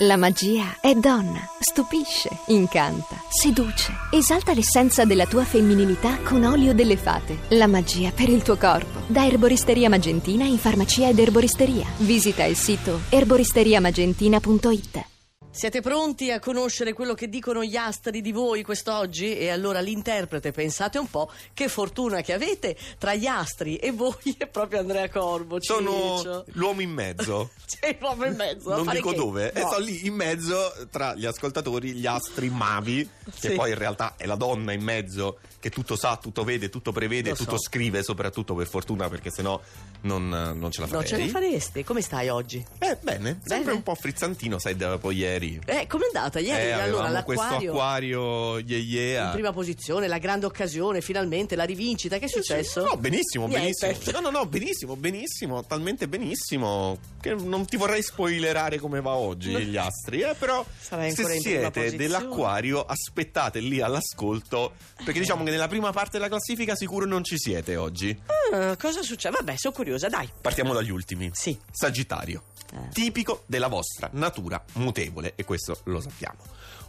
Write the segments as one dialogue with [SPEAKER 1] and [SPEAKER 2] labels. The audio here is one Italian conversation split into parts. [SPEAKER 1] La magia è donna, stupisce, incanta, seduce. Esalta l'essenza della tua femminilità con olio delle fate. La magia per il tuo corpo. Da Erboristeria Magentina in farmacia ed erboristeria. Visita il sito erboristeriamagentina.it.
[SPEAKER 2] Siete pronti a conoscere quello che dicono gli astri di voi quest'oggi? E allora l'interprete, pensate un po', che fortuna che avete tra gli astri e voi è proprio Andrea Corbo.
[SPEAKER 3] Sono
[SPEAKER 2] Ciccio.
[SPEAKER 3] l'uomo in mezzo.
[SPEAKER 2] Sei proprio in mezzo. a
[SPEAKER 3] non
[SPEAKER 2] fare
[SPEAKER 3] dico
[SPEAKER 2] che?
[SPEAKER 3] dove, e
[SPEAKER 2] No.
[SPEAKER 3] sto lì in mezzo tra gli ascoltatori, gli astri mavi,
[SPEAKER 2] Sì.
[SPEAKER 3] che poi in realtà è la donna in mezzo che tutto sa, tutto vede, tutto prevede,
[SPEAKER 2] Lo
[SPEAKER 3] tutto
[SPEAKER 2] so.
[SPEAKER 3] scrive, soprattutto per fortuna, perché sennò non, non ce la farei.
[SPEAKER 2] No, ce la faresti. Come stai oggi?
[SPEAKER 3] Eh, bene, sempre
[SPEAKER 2] Bene.
[SPEAKER 3] un po' frizzantino, sai, da poi ieri.
[SPEAKER 2] Eh, com'è andata ieri?
[SPEAKER 3] eh, avevamo
[SPEAKER 2] allora,
[SPEAKER 3] questo
[SPEAKER 2] l'acquario
[SPEAKER 3] acquario ye yeah.
[SPEAKER 2] in prima posizione, la grande occasione, finalmente, la rivincita. Che è successo?
[SPEAKER 3] No, benissimo,
[SPEAKER 2] Niente.
[SPEAKER 3] benissimo. No, no, no, benissimo, benissimo, talmente benissimo che non ti vorrei spoilerare come va oggi gli astri, eh, però
[SPEAKER 2] Sarai ancora
[SPEAKER 3] se
[SPEAKER 2] in prima
[SPEAKER 3] siete
[SPEAKER 2] posizione.
[SPEAKER 3] dell'acquario aspettate lì all'ascolto
[SPEAKER 2] Eh.
[SPEAKER 3] perché diciamo che nella prima parte della classifica sicuro non ci siete oggi.
[SPEAKER 2] Ah, cosa succede? Vabbè, sono curiosa, dai.
[SPEAKER 3] Partiamo dagli ultimi.
[SPEAKER 2] Sì.
[SPEAKER 3] Sagittario.
[SPEAKER 2] Eh.
[SPEAKER 3] Tipico della vostra natura mutevole, e questo lo sappiamo.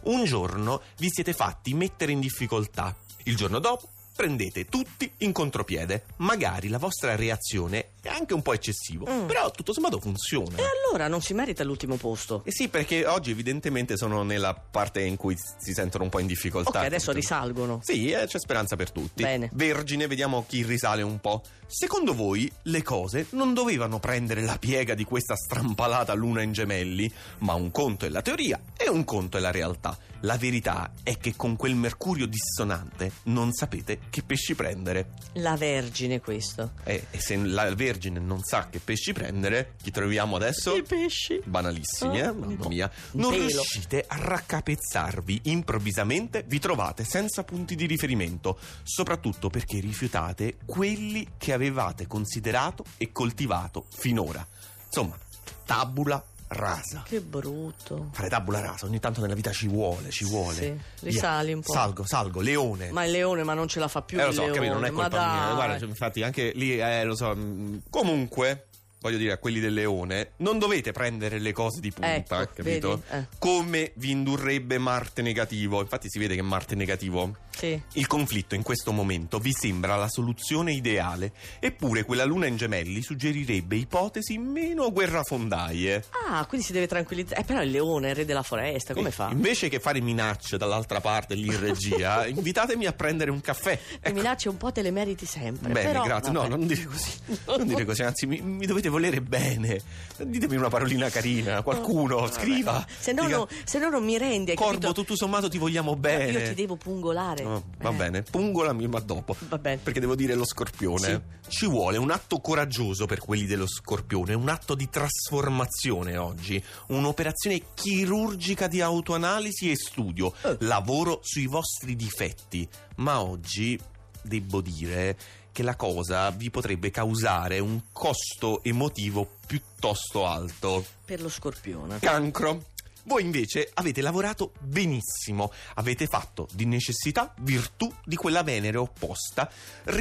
[SPEAKER 3] Un giorno vi siete fatti mettere in difficoltà, il giorno dopo prendete tutti in contropiede. Magari la vostra reazione è anche un po' eccessiva,
[SPEAKER 2] Mm. Eh.
[SPEAKER 3] però tutto sommato funziona.
[SPEAKER 2] E allora non si merita l'ultimo posto.
[SPEAKER 3] Eh sì, perché oggi evidentemente sono nella parte in cui si sentono un po' in difficoltà.
[SPEAKER 2] Ok, adesso
[SPEAKER 3] Tutto-
[SPEAKER 2] risalgono.
[SPEAKER 3] sì, eh, c'è speranza per tutti.
[SPEAKER 2] Bene.
[SPEAKER 3] Vergine, vediamo chi risale un po'. Secondo voi le cose non dovevano prendere la piega di questa strampalata luna in gemelli? Ma un conto è la teoria e un conto è la realtà. La verità è che con quel mercurio dissonante non sapete che pesci prendere.
[SPEAKER 2] La Vergine, questo.
[SPEAKER 3] Eh, E, se la Vergine non sa che pesci prendere, chi troviamo adesso?
[SPEAKER 2] I pesci.
[SPEAKER 3] banalissimi, eh?
[SPEAKER 2] Ah,
[SPEAKER 3] mamma
[SPEAKER 2] no.
[SPEAKER 3] mia. Non
[SPEAKER 2] Pelo.
[SPEAKER 3] riuscite a raccapezzarvi. Improvvisamente vi trovate senza punti di riferimento, soprattutto perché rifiutate quelli che avevate considerato e coltivato finora. Insomma, tabula rasa.
[SPEAKER 2] Che brutto.
[SPEAKER 3] Fare tabula rasa ogni tanto nella vita ci vuole, ci vuole.
[SPEAKER 2] Sì, risali un po'.
[SPEAKER 3] Salgo, salgo, leone.
[SPEAKER 2] Ma il leone, ma non ce la fa più.
[SPEAKER 3] Eh, lo
[SPEAKER 2] il
[SPEAKER 3] so,
[SPEAKER 2] leone.
[SPEAKER 3] capito, non è
[SPEAKER 2] ma
[SPEAKER 3] colpa mia.
[SPEAKER 2] dai.
[SPEAKER 3] Guarda, cioè, infatti, anche lì, eh, lo so. mh, Comunque, voglio dire a quelli del leone, non dovete prendere le cose di punta,
[SPEAKER 2] Ecco,
[SPEAKER 3] capito?
[SPEAKER 2] vedi? Eh.
[SPEAKER 3] Come vi indurrebbe Marte negativo. Infatti, si vede che Marte negativo.
[SPEAKER 2] Sì.
[SPEAKER 3] Il conflitto in questo momento vi sembra la soluzione ideale, eppure quella luna in gemelli suggerirebbe ipotesi meno guerrafondaie.
[SPEAKER 2] Ah, quindi si deve tranquillizzare. Eh, però il leone è il re della foresta, come
[SPEAKER 3] Eh,
[SPEAKER 2] fa?
[SPEAKER 3] Invece che fare minacce dall'altra parte lì in regia, invitatemi a prendere un caffè.
[SPEAKER 2] Le minacce un po' te le meriti sempre.
[SPEAKER 3] Bene,
[SPEAKER 2] Eh, però,
[SPEAKER 3] grazie. No,
[SPEAKER 2] vabbè.
[SPEAKER 3] non dire così. Non dire così, anzi, mi, mi dovete volere bene. Ditemi una parolina carina, qualcuno,
[SPEAKER 2] Oh, Vabbè.
[SPEAKER 3] scriva.
[SPEAKER 2] Se no,
[SPEAKER 3] Dica,
[SPEAKER 2] no- se no non mi rendi. hai
[SPEAKER 3] Corvo,
[SPEAKER 2] capito?
[SPEAKER 3] tutto sommato ti vogliamo bene.
[SPEAKER 2] Io ti devo pungolare.
[SPEAKER 3] Oh, va
[SPEAKER 2] Eh.
[SPEAKER 3] bene, pungolami, ma dopo.
[SPEAKER 2] Va bene.
[SPEAKER 3] Perché devo dire lo scorpione. Ci vuole un atto coraggioso per quelli dello scorpione, un atto di trasformazione oggi, un'operazione chirurgica di autoanalisi e studio,
[SPEAKER 2] Eh.
[SPEAKER 3] lavoro sui vostri difetti. Ma oggi devo dire che la cosa vi potrebbe causare un costo emotivo piuttosto alto.
[SPEAKER 2] Per lo scorpione.
[SPEAKER 3] Cancro. Voi invece avete lavorato benissimo, avete fatto di necessità virtù di quella Venere opposta,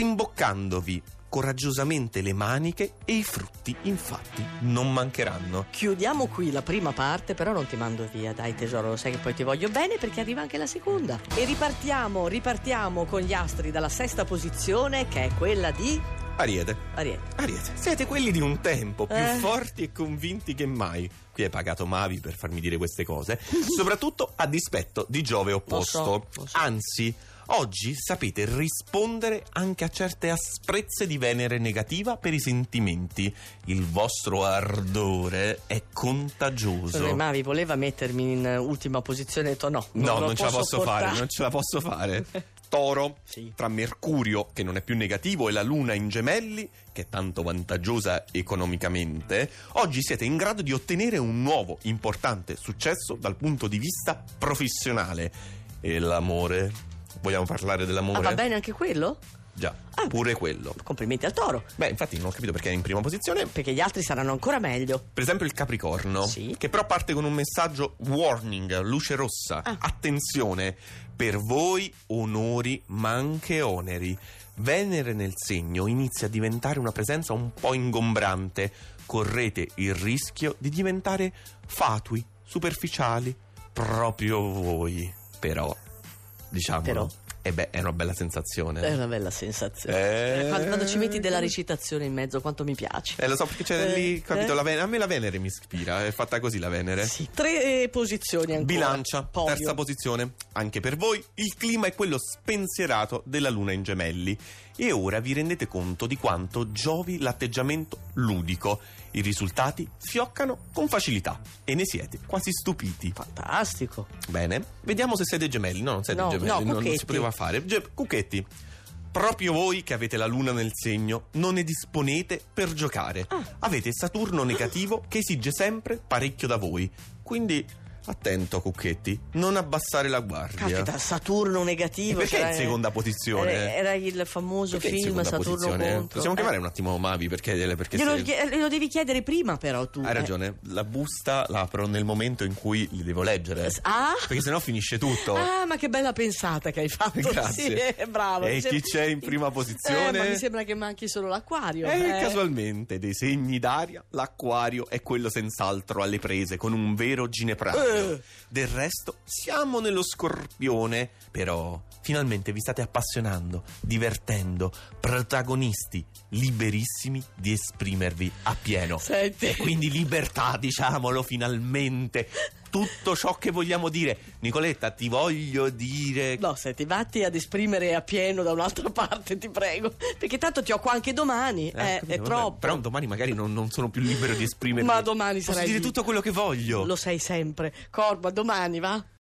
[SPEAKER 3] rimboccandovi coraggiosamente le maniche e i frutti infatti non mancheranno.
[SPEAKER 2] Chiudiamo qui la prima parte, però non ti mando via, dai tesoro, lo sai che poi ti voglio bene perché arriva anche la seconda. E ripartiamo, ripartiamo con gli astri dalla sesta posizione che è quella di
[SPEAKER 3] Ariete,
[SPEAKER 2] Ariete.
[SPEAKER 3] Ariete, siete quelli di un tempo più
[SPEAKER 2] Eh.
[SPEAKER 3] forti e convinti che mai. Qui hai pagato Mavi per farmi dire queste cose, soprattutto a dispetto di Giove opposto.
[SPEAKER 2] lo so.
[SPEAKER 3] Anzi, oggi sapete rispondere anche a certe asprezze di Venere negativa per i sentimenti. Il vostro ardore è contagioso.
[SPEAKER 2] Mavi voleva mettermi in eh, ultima posizione, ho detto no.
[SPEAKER 3] No, non,
[SPEAKER 2] lo
[SPEAKER 3] ce la posso
[SPEAKER 2] portare.
[SPEAKER 3] fare, non ce la posso fare. Toro,
[SPEAKER 2] Sì.
[SPEAKER 3] tra Mercurio, che non è più negativo, e la Luna in gemelli, che è tanto vantaggiosa economicamente, oggi siete in grado di ottenere un nuovo importante successo dal punto di vista professionale. E l'amore? Vogliamo parlare dell'amore?
[SPEAKER 2] Ah, va bene anche quello?
[SPEAKER 3] Già,
[SPEAKER 2] Ah.
[SPEAKER 3] pure quello.
[SPEAKER 2] Complimenti al toro, Eh,
[SPEAKER 3] Beh, infatti non ho capito perché è in prima posizione.
[SPEAKER 2] perché gli altri saranno ancora meglio.
[SPEAKER 3] Per esempio il Capricorno,
[SPEAKER 2] Sì.
[SPEAKER 3] che però parte con un messaggio warning, luce rossa,
[SPEAKER 2] Ah.
[SPEAKER 3] attenzione, per voi onori ma anche oneri. Venere nel segno inizia a diventare una presenza un po' ingombrante, correte il rischio di diventare fatui, superficiali, proprio voi. Però, diciamo,
[SPEAKER 2] Però.
[SPEAKER 3] eh beh, è una bella sensazione.
[SPEAKER 2] È una bella sensazione.
[SPEAKER 3] Eh.
[SPEAKER 2] Quando, quando ci metti della recitazione in mezzo, quanto mi piace.
[SPEAKER 3] Eh, lo so perché c'è
[SPEAKER 2] Eh,
[SPEAKER 3] lì, capito?
[SPEAKER 2] eh.
[SPEAKER 3] La Venere- a me la Venere mi ispira, è fatta così la Venere.
[SPEAKER 2] Sì. Tre eh, posizioni ancora.
[SPEAKER 3] Bilancia,
[SPEAKER 2] Podio.
[SPEAKER 3] terza posizione. Anche per voi il clima è quello spensierato della Luna in gemelli. E ora vi rendete conto di quanto giovi l'atteggiamento ludico. I risultati fioccano con facilità e ne siete quasi stupiti.
[SPEAKER 2] Fantastico.
[SPEAKER 3] Bene, vediamo se siete gemelli. No, non siete
[SPEAKER 2] No,
[SPEAKER 3] gemelli,
[SPEAKER 2] no,
[SPEAKER 3] non- non,
[SPEAKER 2] cucchetti.
[SPEAKER 3] si poteva fare. Ge- cucchetti. Proprio voi che avete la luna nel segno non ne disponete per giocare.
[SPEAKER 2] Ah.
[SPEAKER 3] Avete Saturno negativo che esige sempre parecchio da voi. Quindi attento, Cucchetti, non abbassare la guardia.
[SPEAKER 2] Caspita, Saturno
[SPEAKER 3] E
[SPEAKER 2] negativo.
[SPEAKER 3] perché è
[SPEAKER 2] c'era-
[SPEAKER 3] in seconda posizione?
[SPEAKER 2] Era, era il famoso
[SPEAKER 3] Perché è in
[SPEAKER 2] film
[SPEAKER 3] seconda
[SPEAKER 2] Saturno
[SPEAKER 3] posizione?
[SPEAKER 2] contro.
[SPEAKER 3] Possiamo chiamare
[SPEAKER 2] Eh,
[SPEAKER 3] un attimo Mavi perché, eh, perché
[SPEAKER 2] glielo,
[SPEAKER 3] se-
[SPEAKER 2] chie- lo devi chiedere prima, però tu.
[SPEAKER 3] Hai
[SPEAKER 2] eh.
[SPEAKER 3] ragione, la busta la apro nel momento in cui li devo leggere.
[SPEAKER 2] Ah?
[SPEAKER 3] Perché sennò finisce tutto.
[SPEAKER 2] Ah, ma che bella pensata che hai fatto!
[SPEAKER 3] Grazie.
[SPEAKER 2] Sì, eh, bravo.
[SPEAKER 3] E
[SPEAKER 2] Mi sembra-
[SPEAKER 3] chi c'è in prima
[SPEAKER 2] Eh,
[SPEAKER 3] posizione?
[SPEAKER 2] ma mi sembra che manchi solo l'acquario.
[SPEAKER 3] E
[SPEAKER 2] eh.
[SPEAKER 3] casualmente, dei segni d'aria, l'acquario è quello senz'altro alle prese con un vero ginepraio.
[SPEAKER 2] Eh.
[SPEAKER 3] Del resto, siamo nello scorpione, però finalmente vi state appassionando, divertendo, protagonisti, liberissimi di esprimervi a pieno.
[SPEAKER 2] Senti.
[SPEAKER 3] E quindi libertà, diciamolo finalmente. Tutto ciò che vogliamo dire. Nicoletta, ti voglio dire
[SPEAKER 2] No, senti, vatti ad esprimere a pieno da un'altra parte, ti prego. Perché tanto ti ho qua anche domani.
[SPEAKER 3] Eh,
[SPEAKER 2] eh,
[SPEAKER 3] capito,
[SPEAKER 2] è
[SPEAKER 3] vabbè.
[SPEAKER 2] troppo.
[SPEAKER 3] Però domani magari non, non sono più libero di esprimermi.
[SPEAKER 2] Ma domani
[SPEAKER 3] Posso
[SPEAKER 2] sarai
[SPEAKER 3] dire
[SPEAKER 2] lì.
[SPEAKER 3] tutto quello che voglio.
[SPEAKER 2] Lo sai sempre. Corba, domani va?